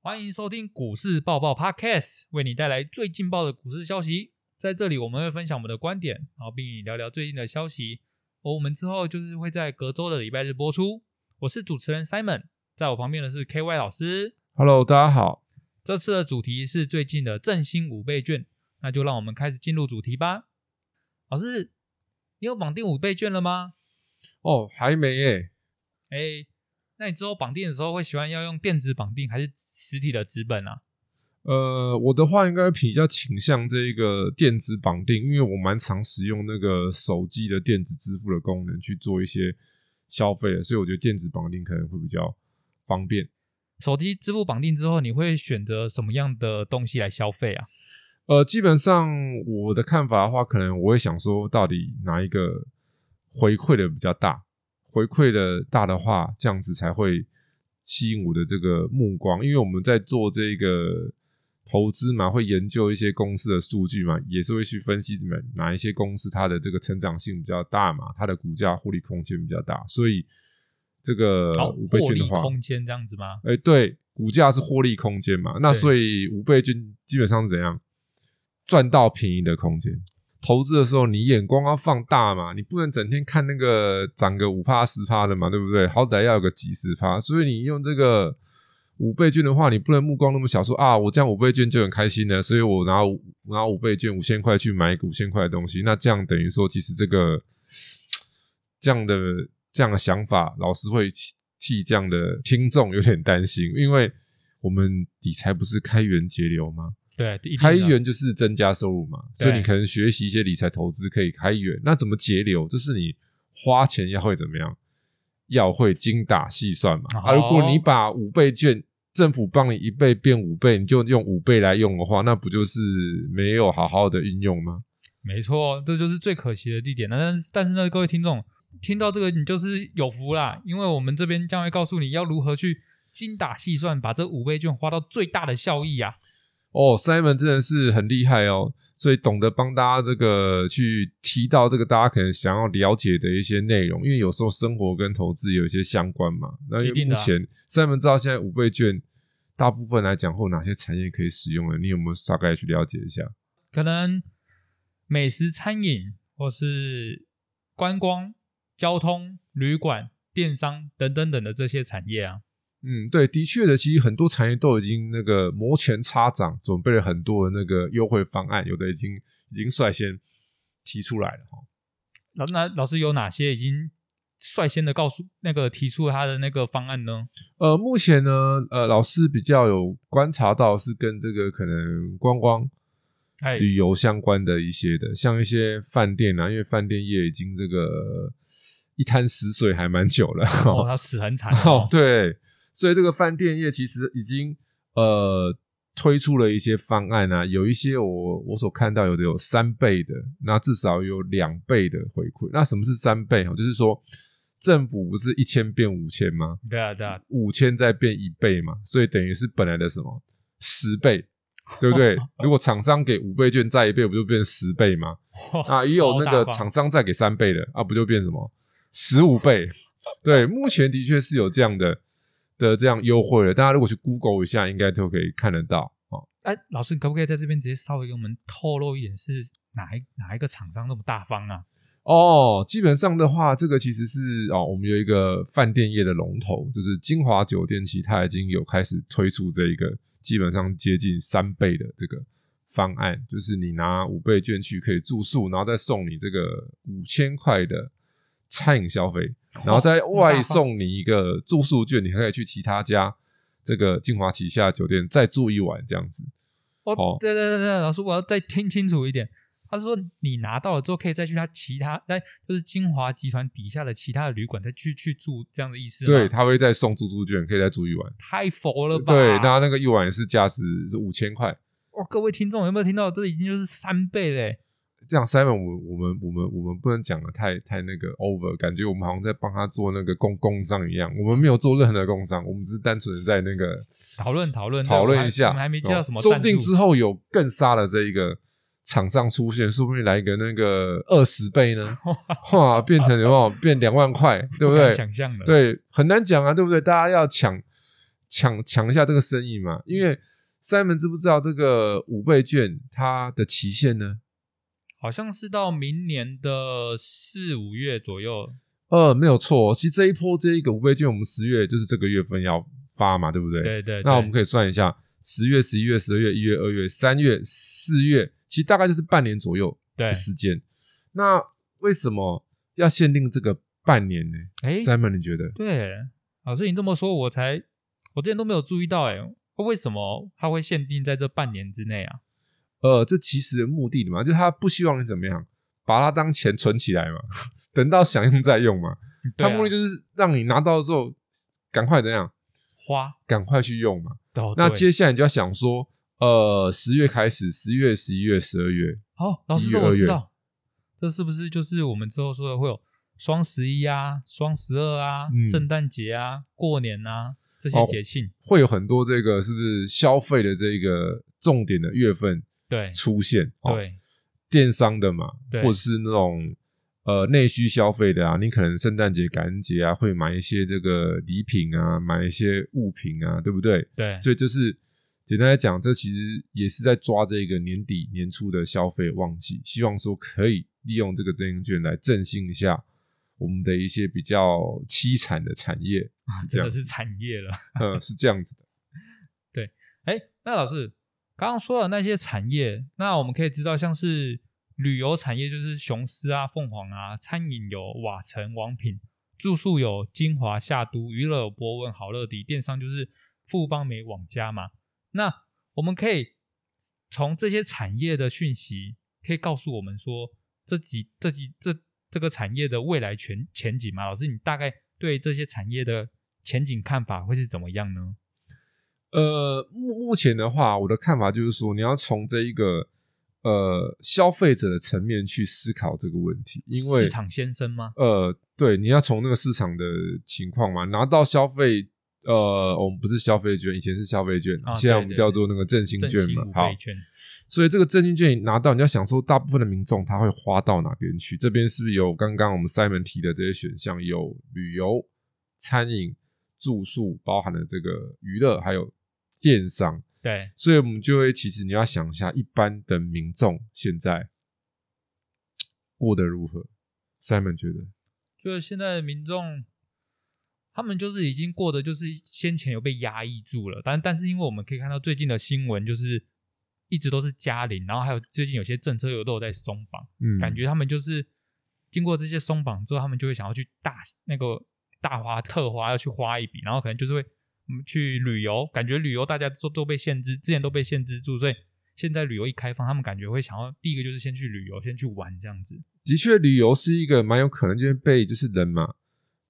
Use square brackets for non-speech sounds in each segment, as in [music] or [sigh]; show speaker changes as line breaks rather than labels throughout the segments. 欢迎收听股市爆爆 Podcast，为你带来最劲爆的股市消息。在这里，我们会分享我们的观点，然后并与你聊聊最近的消息。而我们之后就是会在隔周的礼拜日播出。我是主持人 Simon，在我旁边的是 KY 老师。
Hello，大家好。
这次的主题是最近的振兴五倍券，那就让我们开始进入主题吧。老师，你有绑定五倍券了吗？
哦，还没耶。
哎，那你之后绑定的时候会喜欢要用电子绑定还是实体的纸本啊？
呃，我的话应该比较倾向这一个电子绑定，因为我蛮常使用那个手机的电子支付的功能去做一些消费的，所以我觉得电子绑定可能会比较方便。
手机支付绑定之后，你会选择什么样的东西来消费啊？
呃，基本上我的看法的话，可能我会想说，到底哪一个回馈的比较大？回馈的大的话，这样子才会吸引我的这个目光。因为我们在做这个投资嘛，会研究一些公司的数据嘛，也是会去分析你们哪一些公司它的这个成长性比较大嘛，它的股价获利空间比较大，所以这个
好，
五倍
获
券
利
的话，
空间这样子吗？
哎，对，股价是获利空间嘛，那
对
所以五倍均基本上是怎样赚到便宜的空间。投资的时候，你眼光要放大嘛，你不能整天看那个涨个五趴十趴的嘛，对不对？好歹要有个几十趴，所以你用这个五倍券的话，你不能目光那么小，说啊，我这样五倍券就很开心了，所以我拿五拿五倍券五千块去买一个五千块的东西，那这样等于说，其实这个这样的这样的想法，老师会替替这样的听众有点担心，因为我们理财不是开源节流吗？
对，一定的
开源就是增加收入嘛，
对
所以你可能学习一些理财投资可以开源。那怎么节流？就是你花钱要会怎么样？要会精打细算嘛。
哦
啊，如果你把五倍券政府帮你一倍变五倍，你就用五倍来用的话，那不就是没有好好的运用吗？
没错，这就是最可惜的地点。那但是但是呢，各位听众听到这个，你就是有福啦，因为我们这边将会告诉你要如何去精打细算，把这五倍券花到最大的效益啊。
哦，Simon 真的是很厉害哦，所以懂得帮大家这个去提到这个大家可能想要了解的一些内容，因为有时候生活跟投资有一些相关嘛。那因
一
为
定的
目
啊
前 Simon 知道现在五倍券大部分来讲或哪些产业可以使用的，你有没有大概去了解一下？
可能美食餐饮或是观光、交通、旅馆、电商等等等的这些产业啊。
嗯，对，的确的，其实很多产业都已经那个摩拳擦掌，准备了很多的那个优惠方案，有的已经已经率先提出来了哈。
老那老师有哪些已经率先的告诉那个提出他的那个方案呢？
呃，目前呢，呃，老师比较有观察到是跟这个可能观光、
哎
旅游相关的一些的，像一些饭店啊，因为饭店业已经这个一滩死水还蛮久了。
哦，他死很惨
[laughs] 哦
哦，，
对，所以这个饭店业其实已经呃推出了一些方案啊，有一些我我所看到有的有三倍的，那至少有两倍的回馈。那什么是三倍？哦，就是说政府不是一千变五千吗？
对啊对啊，
五千再变一倍嘛，所以等于是本来的什么十倍，对不
[laughs]
对？如果厂商给五倍券再一倍，不就变十倍吗？ [laughs] 啊，也有那
超大
个
方
厂商再给三倍的啊，不就变什么十五倍？对，目前的确是有这样的的这样优惠了，大家如果去 Google 一下，应该都可以看得到哦。
哎，老师，你可不可以在这边直接稍微给我们透露一点是哪一哪一个厂商那么大方啊？
哦，基本上的话，这个其实是哦，我们有一个饭店业的龙头，就是金华酒店，其实它已经有开始推出这一个基本上接近三倍的这个方案，就是你拿五倍券去可以住宿，然后再送你这个五千块的餐饮消费，然后
哦
再外送你一个住宿券，你还可以去其他家这个金华旗下酒店再住一晚这样子。
哦
哦，
对对对对，老师，我要再听清楚一点。他是说你拿到了之后，可以再去他其他，在就是金华集团底下的其他的旅馆再去去住，这样的意思吗？
对，，他会再送住宿券，可以再住一晚。
太佛了吧？
对，那那个一晚也是价值五千块。
哇，各位听众有没有听到？这已经就是三倍嘞！
这样，Simon，我我们我们我们不能讲的太太那个 over，感觉我们好像在帮他做那个工工商一样。我们没有做任何的工商，我们只是单纯的在那个
讨论讨论
讨论一
对
下。
我们还我们还没接到什么
哦说不
赞助
定之后有更杀的这一个厂商出现，说不定来一个那个二十倍呢，
[laughs]
哇，变成有没有变两万块，对
不
对
敢？想象的，，
对，很难讲啊，对不对？大家要抢抢抢一下这个生意嘛。因为 Simon 知不知道这个五倍券它的期限呢？
好像是到明年的四五月左右。
呃，没有错哦，其实这一波这一个五倍券，我们十月就是这个月份要发嘛，对不对？
对对，
那我们
可
可以算一下，十月、十一月、十二月、一月、二月、三月、四月，其实大概就是半年左右
对
的，时间。那为什么要限定这个半年呢、
哎
s i m o n 你觉得？
对，老师你这么说，我才我之前都没有注意到、欸，哎，为什么它会限定在这半年之内啊？
呃，这其实的目的嘛，就是他不希望你怎么样，把它当钱存起来嘛， [laughs] 等到想用再用嘛。
对
他
啊
目的就是让你拿到之后，赶快怎样，
花，
赶快去用嘛。
哦
那
对
接下来你就要想说，呃，十月开始，十月、十一月、十二月，
哦，老师
一
这
月
我
二
知
月
道，这是不是就是我们之后说的会有双十一啊、双十二啊、
嗯
圣诞节啊、过年啊这些
哦
节庆？
会有很多这个是不是消费的这个重点的月份
对
出现？哦、，
对
电商的嘛，
对
或者是那种呃内需消费的啊，你可能圣诞节、感恩节啊会买一些这个礼品啊，买一些物品啊，对不对？
对
所以就是简单来讲，这其实也是在抓这个年底年初的消费旺季，希望说可以利用这个振兴券来振兴一下我们的一些比较凄惨的产业。
真的
这样，
是产业了。
嗯，是这样子的。
哎，那老师刚刚说的那些产业，那我们可以知道，像是旅游产业就是雄狮啊、凤凰啊，餐饮有瓦城、王品，住宿有金华、夏都，娱乐有博文、好乐迪，电商就是富邦美、网家嘛。那我们可以从这些产业的讯息，可以告诉我们说，这几、这几、这这个产业的未来前前景嘛？老师，你大概对这些产业的前景看法会是怎么样呢？
呃，目目前的话，我的看法就是说，你要从这一个呃消费者的层面去思考这个问题，因为
市场先生吗？
呃，对，你要从那个市场的情况嘛，拿到消费，呃，我们不是消费券，以前是消费券，
啊
现在
对
我们
对
叫
对
做那个振兴
振
券
兴
嘛
五。
好
倍，券
所以这个振兴券你拿到，你要想说，大部分的民众他会花到哪边去？这边是不是有刚刚我们 Simon 提的这些选项？有旅游、餐饮、住宿，包含了这个娱乐，还有电商。
对，
所以我们就会，其实你要想一下，一般的民众现在过得如何？Simon 觉得？
就是现在的民众，他们就是已经过得就是先前有被压抑住了，但但是因为我们可以看到最近的新闻，就是一直都是加零，然后还有最近有些政策又都有在松绑，
嗯，
感觉他们就是经过这些松绑之后，他们就会想要去大那个大花特花，要去花一笔，然后可能就是会嗯去旅游，感觉旅游大家都都被限制，之前都被限制住，所以现在旅游一开放，他们感觉会想要第一个就是先去旅游，先去玩这样子。
的确，旅游是一个蛮有可能就会被就是人嘛，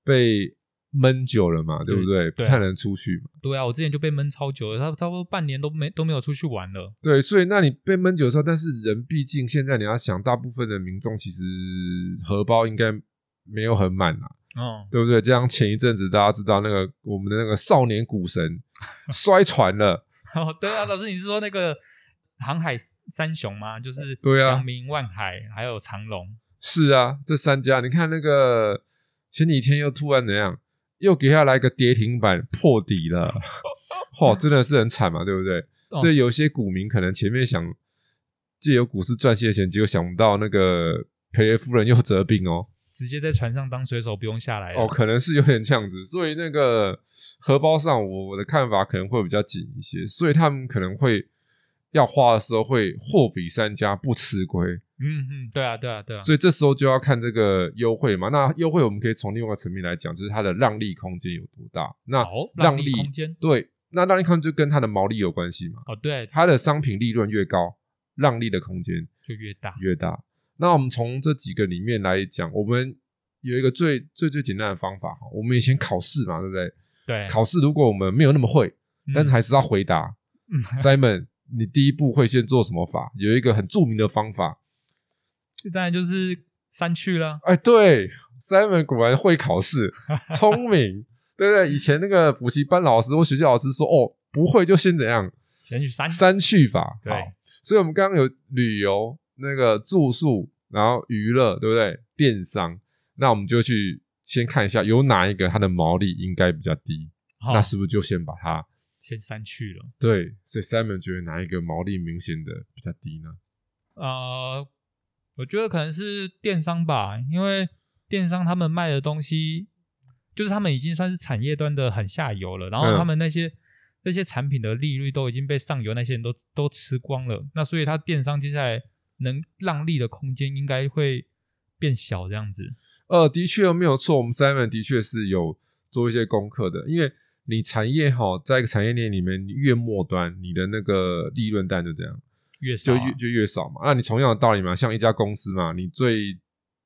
被闷久了嘛，对不对？不
对
太能出去嘛。
对啊，我之前就被闷超久了，差不差不多半年都没都没有出去玩了。
对，所以那你被闷久的时候，但是人毕竟现在你要想，大部分的民众其实荷包应该没有很满啦，
嗯，
对不对？这样前一阵子大家知道那个我们的那个少年股神 [laughs] 摔船了，
哦，对啊，老师，你是说那个航海三雄吗？就是
对啊
阳明、万海还有长隆。
是啊，这三家，你看那个前几天又突然怎样，又给他来个跌停板破底了，嚯、真的是很惨嘛，对不对？
哦
所以有些股民可能前面想借由股市赚些钱，结果想不到那个赔了夫人又折兵哦，
直接在船上当水手，不用下来了
哦，可能是有点这样子，所以那个荷包上，我我的看法可能会比较紧一些，所以他们可能会要花的时候会货比三家，不吃亏。
嗯嗯，对啊，对啊，对啊。
所以这时候就要看这个优惠嘛。那优惠我们可以从另外一个层面来讲，就是它的让利空间有多大。那
好，
让
利
利
空间。
对，那让利空间就跟它的毛利有关系嘛。
哦，对，它
它的商品利润越高，让利的空间
就越大。
越大。那我们从这几个里面来讲，我们有一个最最最简单的方法哈。我们以前考试嘛，对不对？
对，
考试如果我们没有那么会，
哎嗯
但是还是要回答。
嗯
Simon，你第一步会先做什么法？有一个很著名的方法，
当然就是删去啦。
哎，对，Simon 果然会考试，聪明，对不对？以前那个补习班老师或学校老师说，哦，不会就先怎样，
先去删。
三去法。
啊对
好，所以我们刚刚有旅游、那个住宿，然后娱乐，对不对？电商，那我们就去先看一下有哪一个它的毛利应该比较低，
好
那是不是就先把它
先删去了。
对，所以 Simon 觉得哪一个毛利明显的比较低呢？
呃，我觉得可能是电商吧，因为电商他们卖的东西，就是他们已经算是产业端的很下游了，然后
嗯
他们那些、那些产品的利率都已经被上游那些人都都吃光了，那所以它电商接下来能让利的空间应该会变小，这样子。
呃，的确没有错，我们 Simon 的确是有做一些功课的，因为你产业哈，在产业链里面，你越末端，你的那个利润单就这样，
越少
就
啊、
越就越少嘛。那你同样的道理嘛，像一家公司嘛，你最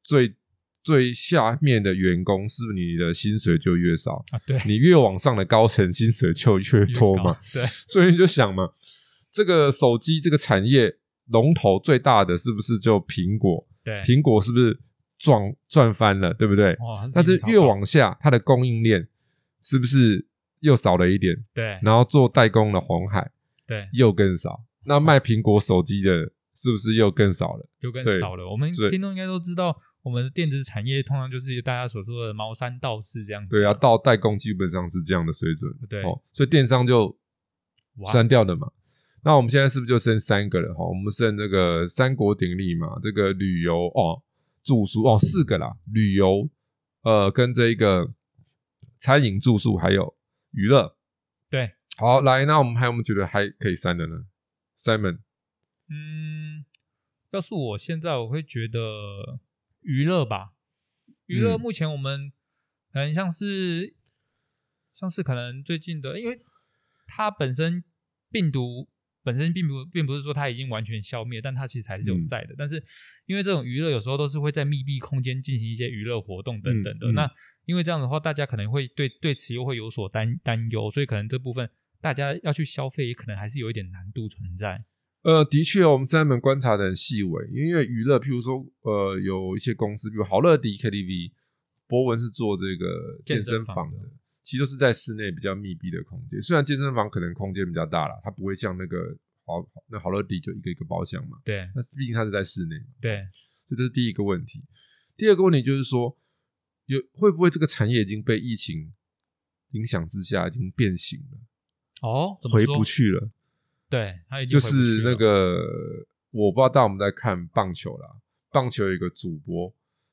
最最下面的员工，是不是你的薪水就越少？
啊，
[laughs]
对，
你越往上的高层，薪水就越
越
多
高
嘛。？
对，
所以你就想嘛，这个手机这个产业龙头最大的是不是就苹果？
对，
苹果是不是撞赚翻了，对不对？
哇，
但是
利润超
越
高
往下，它的供应链是不是又少了一点？
对
然后做代工的红海
对
又更少，那卖苹果手机的是不是又更少了？
就更
对
少了。我们
对
听众应该都知道，我们的电子产业通常就是大家所说的茅山道士这样子。
对啊，到代工基本上是这样的水准。
对
哦，所以电商就
哇
删掉的嘛。那我们现在是不是就剩三个了？哈，我们剩这个三国鼎立嘛，这个旅游哦，住宿哦，四个啦，旅游呃，跟这个餐饮、住宿还有娱乐。
对，
好，来，那我们还有没有觉得还可以删的呢？Simon，
嗯，要是我现在，我会觉得娱乐吧。娱乐
嗯
目前我们可能像是、像是可能最近的，因为它本身病毒本身并不并不是说它已经完全消灭，但它其实还是有
嗯
在的。但是因为这种娱乐有时候都是会在密闭空间进行一些娱乐活动等等的，
嗯嗯
那因为这样的话，大家可能会对对此又会有所担担忧，所以可能这部分大家要去消费，也可能还是有一点难度存在。
呃，的确哦，我们 Simon 观察的很细微，因为娱乐，譬如说，呃，有一些公司，比如好乐迪 KTV，博文是做这个
健
健
身
身
房
房
的
的，其实都是在室内比较密闭的空间。虽然健身房可能空间比较大啦，它不会像那个好那好乐迪就一个一个包厢嘛，
对
那毕竟它是在室内嘛，
对。
所以这是第一个问题。第二个问题就是说，有会不会这个产业已经被疫情影响之下已经变形了，
哦，怎么
回
说
不，去了？
对，他已经
就
回不去
是那
了
个我不知道大家有没有在看棒球啦，棒球有一个主播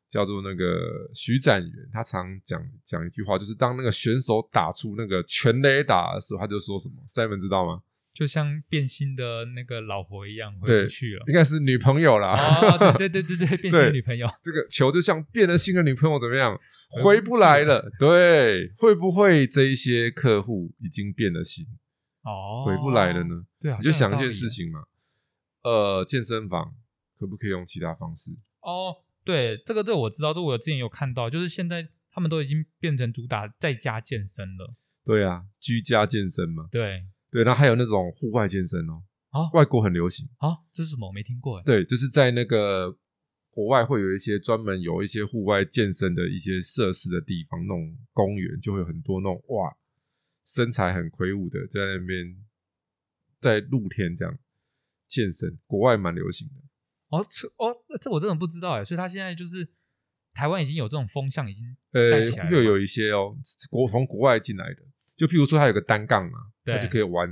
叫做那个徐展元，他常讲讲一句话，就是当那个选手打出那个全垒打的时候，他就说什么，Simon 知道吗？
就像变心的那个老婆一样回
对啊
不去
[laughs]
了。
应该是女朋友啦。
哦，对对对对对，变心的
对
女朋友，
[laughs] 这个球就像变了心的女朋友怎么样，
回
回
不
不
去
来
了
了。对，会不会这一些客户已经变了心，
哦，
回不来了呢？？
对，好
你就
像
想
有
一
道
件
理啊
事情嘛，呃，健身房可不可以用其他方式？
哦。对，这个这个我知道，这个我之前有看到，就是现在他们都已经变成主打在家健身了。
对啊，居家健身嘛，
对，
对，然后还有那种户外健身哦，
哦
外国很流行，
啊，这是什么？我没听过哎。
对，就是在那个国外会有一些专门有一些户外健身的一些设施的地方，那种公园就会有很多那种哇，身材很魁梧的在那边在露天这样健身，国外蛮流行的，
哦，这哦，这我真的不知道哎。所以他现在就是台湾已经有这种风向，已经带起来了
呃，又
吗
有一些哦，国从国外进来的，就譬如说它有个单杠嘛，它
对
就可以玩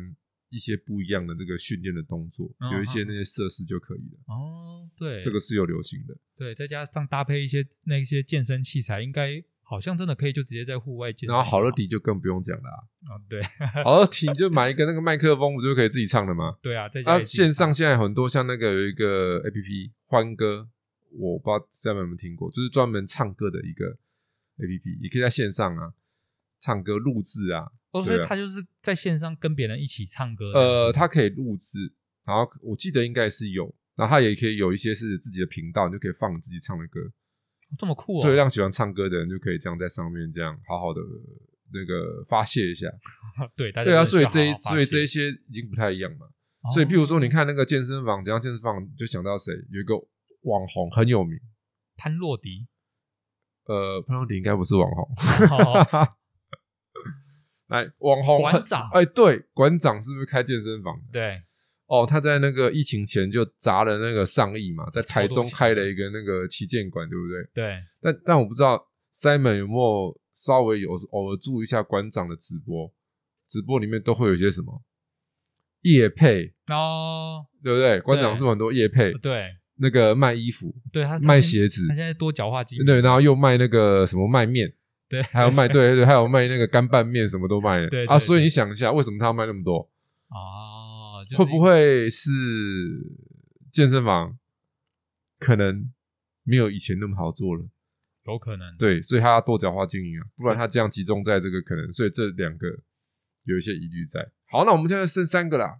一些不一样的这个训练的动作，
嗯
有一些
嗯
那些设施就可以了。
哦，对，
这个是有流行的，
对，再加上搭配一些那些健身器材，应该好像真的可以就啊直接在户外健身。
然后好乐迪就更不用讲了、
啊，对
啊，好乐迪就买一个那个麦克风，不就可以自己唱
[laughs]
了吗？
对啊，在家
啊，
里自己
线上
唱
现在很多像那个有一个 A P P 欢歌，我不知道大家有没有听过，就是专门唱歌的一个 A P P，也可以在线上啊唱歌录制啊，
哦，所以
对啊
他就是在线上跟别人一起唱歌这样子。
呃，它可以录制，然后我记得应该是有，然后它也可以有一些是自己的频道，你就可以放你自己唱的歌，
这么酷哦，
所以让喜欢唱歌的人就可以这样在上面这样好好的那个发泄一下。
对，大家
对啊，
真
所以
的需
这
要
一
好好发
所以这一
泄，
些已经不太一样嘛。所以，譬如说，你
哦
看那个健身房，讲到健身房，你就想到谁？有一个网红很有名，
潘若迪，
[laughs] 呃，潘永迪应该不是网红， [laughs]
哦
来，网红
馆长
哎，对，馆长是不是开健身房的？
对，
哦，他在那个疫情前就砸了那个上亿嘛，在
超
台
多
中
钱
开了一个那个旗舰馆，对不对？
对，
但但我不知道 Simon 有没有稍微有偶尔注意一下馆长的直播，直播里面都会有一些什么夜配，
哦，
对不对？馆长是不是很多夜配，
对
那个卖衣服、
对，他
卖，鞋子
他现，他现在多角化经营，
对，然后又卖那个什么卖面，
对，
还
[laughs]
有卖对对，还有卖那个干拌面，什么都卖的。
对对
啊，所以
对
你想一下，为什么他要卖那么多？
哦，就是
会不会是健身房可能没有以前那么好做了？
有可能？
对，所以他要多角化经营啊，不然他这样集中在这个可能，所以这两个有一些疑虑在。好，那我们现在剩三个啦，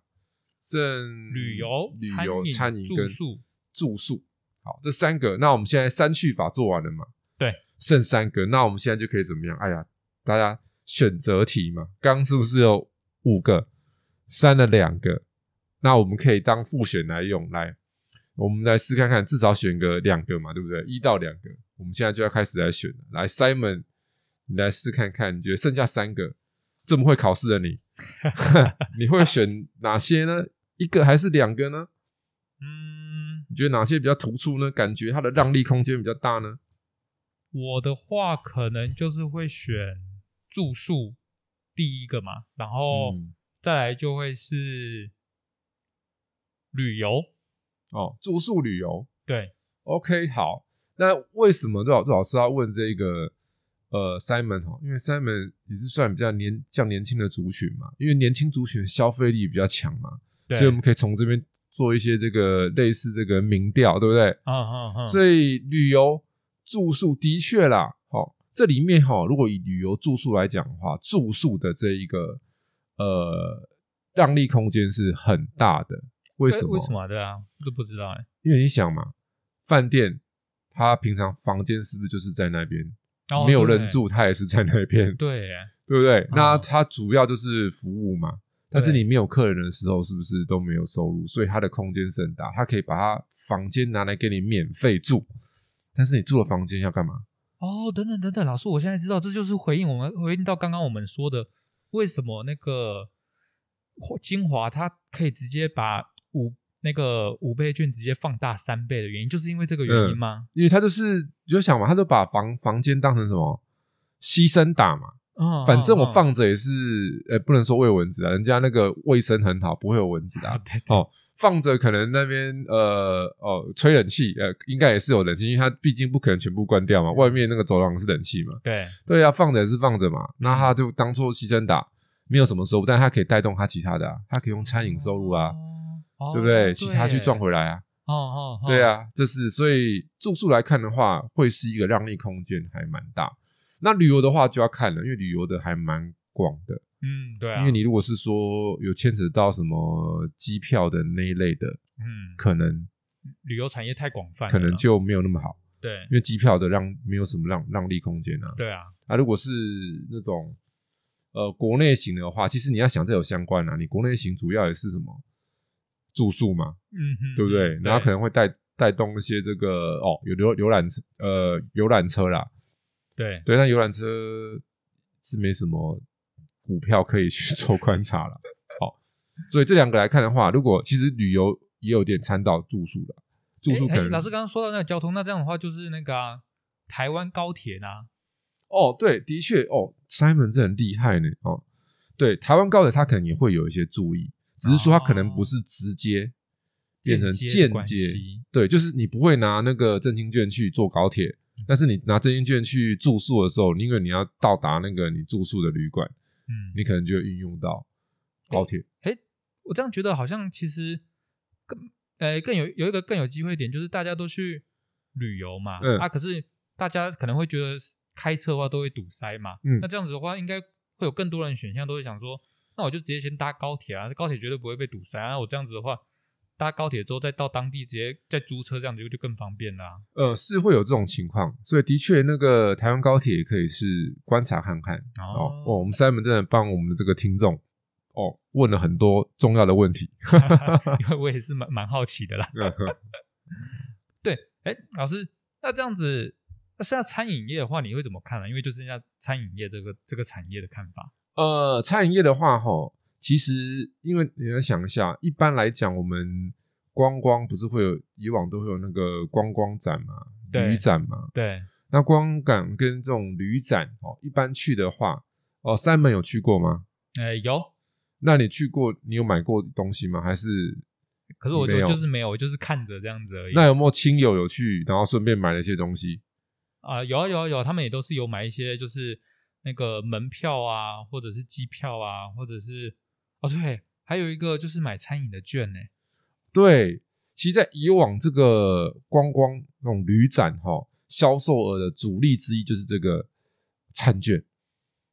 剩
旅游、
旅游、餐
餐
饮
住
跟
宿，
住宿。好，这三个，那我们现在三去法做完了嘛？
对，
剩三个，那我们现在就可以怎么样？哎呀，大家选择题嘛，刚是不是有五个，删了两个，那我们可以当复选来用，来，我们来试看看，至少选个两个嘛，对不对？一到两个，我们现在就要开始来选了。来，Simon，你来试看看，你觉得剩下三个，这么会考试的你， [laughs] 你会选哪些呢？一个还是两个呢？
嗯，
你觉得哪些比较突出呢？感觉它的让利空间比较大呢？
我的话可能就是会选住宿第一个嘛，然后
嗯
再来就会是旅游，
哦，住宿旅游
对，
，OK，好。那为什么老老师要问这个呃 Simon 哈？因为 Simon 也是算比较年较年轻的族群嘛，因为年轻族群消费力比较强嘛，
对嗯
所以我们可以从这边做一些这个类似这个民调，对不对？
嗯嗯嗯，
所以旅游住宿的确啦，好、这里面哈、如果以旅游住宿来讲的话，住宿的这一个呃让利空间是很大的。为
哎
什么？
为什么啊？对啊，都不知道哎、
因为你想嘛，饭店它平常房间是不是就是在那边？
然后
没有人，住，它也是在那边，
哦对耶，
对不对？那
哦
它主要就是服务嘛。但是
对
你没有客人的时候，是不是都没有收入？所以它的空间是很大，它可以把它房间拿来给你免费住。但是你住了房间要干嘛？
哦，等等等等，老师，我现在知道，这就是回应我们回应到刚刚我们说的，为什么那个或精华它可以直接把五那个五倍券直接放大三倍的原因，就是因为这个原
嗯
因吗？
因为他就是你就想嘛，他就把房房间当成什么牺牲打嘛，
嗯，
反正我
嗯嗯
放着也是，呃、不能说喂蚊子啊，人家那个卫生很好，不会有蚊子的、
啊
啊。
对对
哦，放着可能那边呃哦吹冷气，呃应该也是有冷气，因为它毕竟不可能全部关掉
嗯
嘛，外面那个走廊是冷气嘛。
对，
对啊，放着也是放着嘛，那
嗯
他就当做牺牲打，没有什么收入，但他可以带动他其他的、啊，他可以用餐饮收入啊，
哦，
对不对？其他去赚
来，
回来啊。
哦哦，哦
对，啊，这是所以住宿来看的话，会是一个让利空间还蛮大。那旅游的话就要看了，因为旅游的还蛮广的，
嗯，对啊，
因为你如果是说有牵扯到什么机票的那一类的，
嗯，
可能
旅游产业太广泛了啦，
可能就没有那么好，
对
因为机票的让没有什么让让利空间啊。
对啊，
啊，如果是那种呃国内型的话，其实你要想这有相关啊，你国内型主要也是什么住宿嘛，
嗯哼，
对不对
嗯？
然后可能会带带动一些这个哦，有浏浏览车呃游览车啦，
对
对，但游览车是没什么股票可以去 [laughs] 做观察了。好，所以这两个来看的话，如果其实旅游也有点掺到住宿的，住宿
诶
可
诶
能、
老师刚刚说到那个交通，那这样的话就是那个啊台湾高铁啊呢，
哦，对，的确哦，Simon 这很厉害呢哦，对，台湾高铁它可能也会有一些注意，只是说它可能不是直接变成
接
间
的关
接
系
对，就是你不会拿那个证金券去坐高铁，
嗯
但是你拿证金券去住宿的时候，因为你要到达那个你住宿的旅馆，
嗯，
你可能就会运用到高铁。
诶，我这样觉得好像其实更呃更有有一个更有机会点，就是大家都去旅游嘛，
嗯
啊，可是大家可能会觉得开车的话都会堵塞嘛，
嗯
那这样子的话，应该会有更多人选项都会想说，那我就直接先搭高铁啊，高铁绝对不会被堵塞啊，我这样子的话。搭高铁之后，再到当地直接再租车，这样子就就更方便啦、
呃，是会有这种情况，所以的确，那个台湾高铁也可以是观察看看。哦
哦，
哦我们 Simon 真的帮我们的这个听众哦问了很多重要的问题。
[laughs]
哦
因为我也是蛮蛮好奇的啦。
嗯哼
对，哎，老师，那这样子，那剩下餐饮业的话，你会怎么看呢？因为就剩下餐饮业这个这个产业的看法。
[laughs] 呃，餐饮业的话，哈，其实因为你要想一下，一般来讲，我们观光不是会有以往都会有那个观光展嘛，
对
旅展嘛。
对，
那观光展跟这种旅展哦，一般去的话，哦，三门有去过吗？
哎，有，
那你去过，你有买过东西吗？还是
可是我
你
我
没有
就是没有，我就是看着这样子而已。
那有没有亲友有去，然后顺便买了一些东西？
啊、有啊有啊有啊，他们也都是有买一些，就是那个门票啊，或者是机票啊，或者是哦对，还有一个就是买餐饮的券呢、
对，其实，在以往这个观光那种旅展哈、销售额的主力之一就是这个餐券。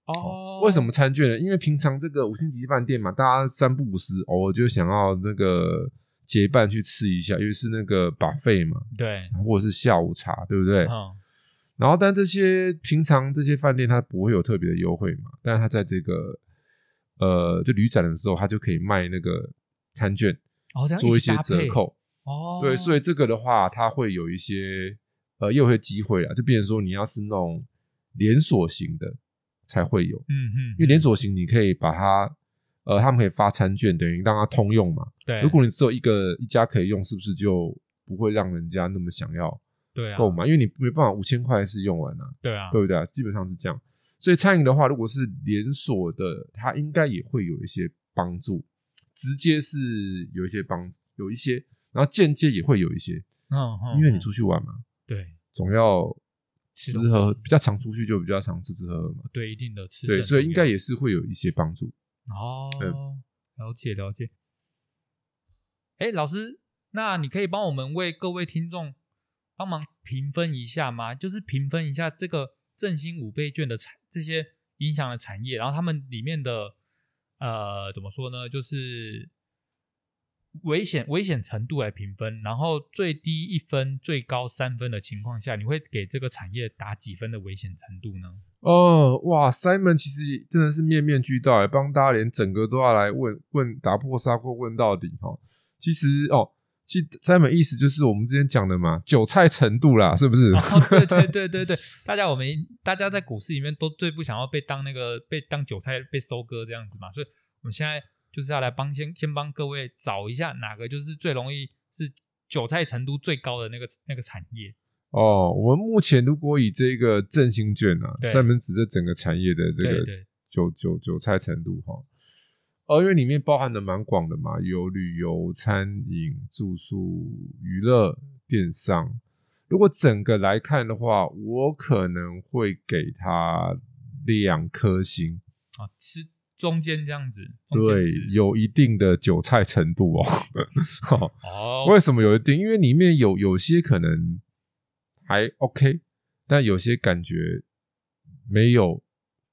哦
为什么？餐券呢？因为平常这个五星级饭店嘛，大家三不五时偶尔就想要那个结伴去吃一下，尤其是那个 buffet 嘛，
对，
或者是下午茶，对不对？
嗯，
然后，但这些平常这些饭店它不会有特别的优惠嘛，但是它在这个呃，就旅展的时候，它就可以卖那个餐券，
哦，这样
做一
起
些
搭
折
配
扣。
哦，
对，所以这个的话，它会有一些呃优惠机会啊，就变成说你要是那种连锁型的才会有，
嗯嗯
因，为连锁型你可以把它呃，他们可以发餐券，等于让它通用嘛。
对，
如果你只有一个一家可以用，是不是就不会让人家那么想要
对啊，
购买？因为你没办法五千块是用完啊。
对啊，
对不对、啊？基本上是这样。所以餐饮的话，如果是连锁的，它应该也会有一些帮助，直接是有一些帮，有一些，然后间接也会有一些，
嗯嗯，
因为你
嗯
出去玩嘛，
对
总要
吃
吃
东
喝，
西
比较常出去就比较常吃吃喝喝嘛。
对一定的吃
对，
剩
所以
重
应
要
该也是会有一些帮助。
哦
对，
了解了解。哎，老师，那你可以帮我们为各位听众帮忙评分一下吗？就是评分一下这个振兴五倍券的产这些影响的产业，然后他们里面的呃怎么说呢？就是危险危险程度来评分，然后最低一分、最高三分的情况下，你会给这个产业打几分的危险程度呢？
哦，哇，Simon 其实真的是面面俱到，欸帮大家连整个都要来问问打破砂锅问到底哈、哦。其实哦，其实 Simon 意思就是我们之前讲的嘛，韭菜程度啦，是
[laughs]
不是？
哦，对对对对对，大家我们大家在股市里面都最不想要被当那个被当韭菜被收割这样子嘛，所以我们现在就是要来帮先先帮各位找一下哪个就是最容易是韭菜程度最高的那个那个产业。
哦，我们目前如果以这个振兴券啊，
对
三门指这整个产业的这
对
个
对，
韭韭韭菜程度哈、哦，因为里面包含的蛮广的嘛，有旅游、餐饮、住宿、娱乐、电商。如果整个来看的话，我可能会给它两颗星，
啊，吃中间这样子，中间
对
值，
有一定的韭菜程度哦。 [laughs] 哦
哦，
为什么有一定？因为里面有有些可能还 OK，但有些感觉没有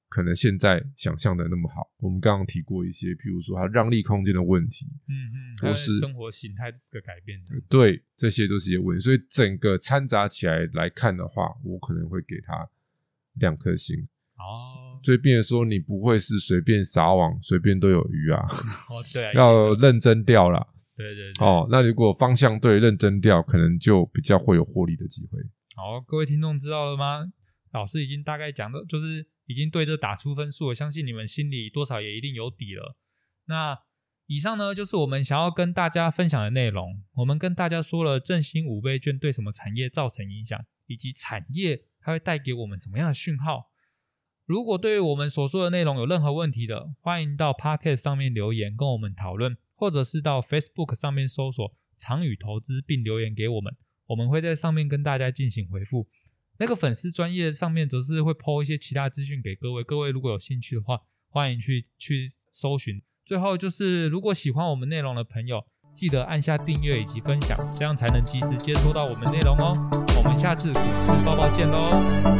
可能现在想象的那么好。我们刚刚提过一些，譬如说它让利空间的问题，
嗯嗯，
我
还有
是
生活形态的改变这样子，
对，这些都是一些问题。所以整个掺杂起来来看的话，我可能会给它两颗星。
哦
所以，变成说你不会是随便撒网，随便都有鱼啊，
哦对啊，
要认真钓啦。
对对对，
哦，那如果方向对，认真钓，可能就比较会有获利的机会。
好，各位听众知道了吗？老师已经大概讲的，就是已经对这打出分数了，相信你们心里多少也一定有底了。那以上呢，就是我们想要跟大家分享的内容。我们跟大家说了振兴五倍券对什么产业造成影响，以及产业它会带给我们什么样的讯号。如果对于我们所说的内容有任何问题的，欢迎到 Pocket 上面留言跟我们讨论，或者是到 Facebook 上面搜索“长宇投资”并留言给我们。我们会在上面跟大家进行回复。那个粉丝专业上面则是会 PO 一些其他资讯给各位，各位如果有兴趣的话，欢迎去去搜寻。最后就是，如果喜欢我们内容的朋友，记得按下订阅以及分享，这样才能及时接收到我们内容哦。我们下次股市报报见喽。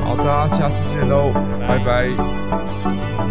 好的，大家下次见喽，
拜
拜拜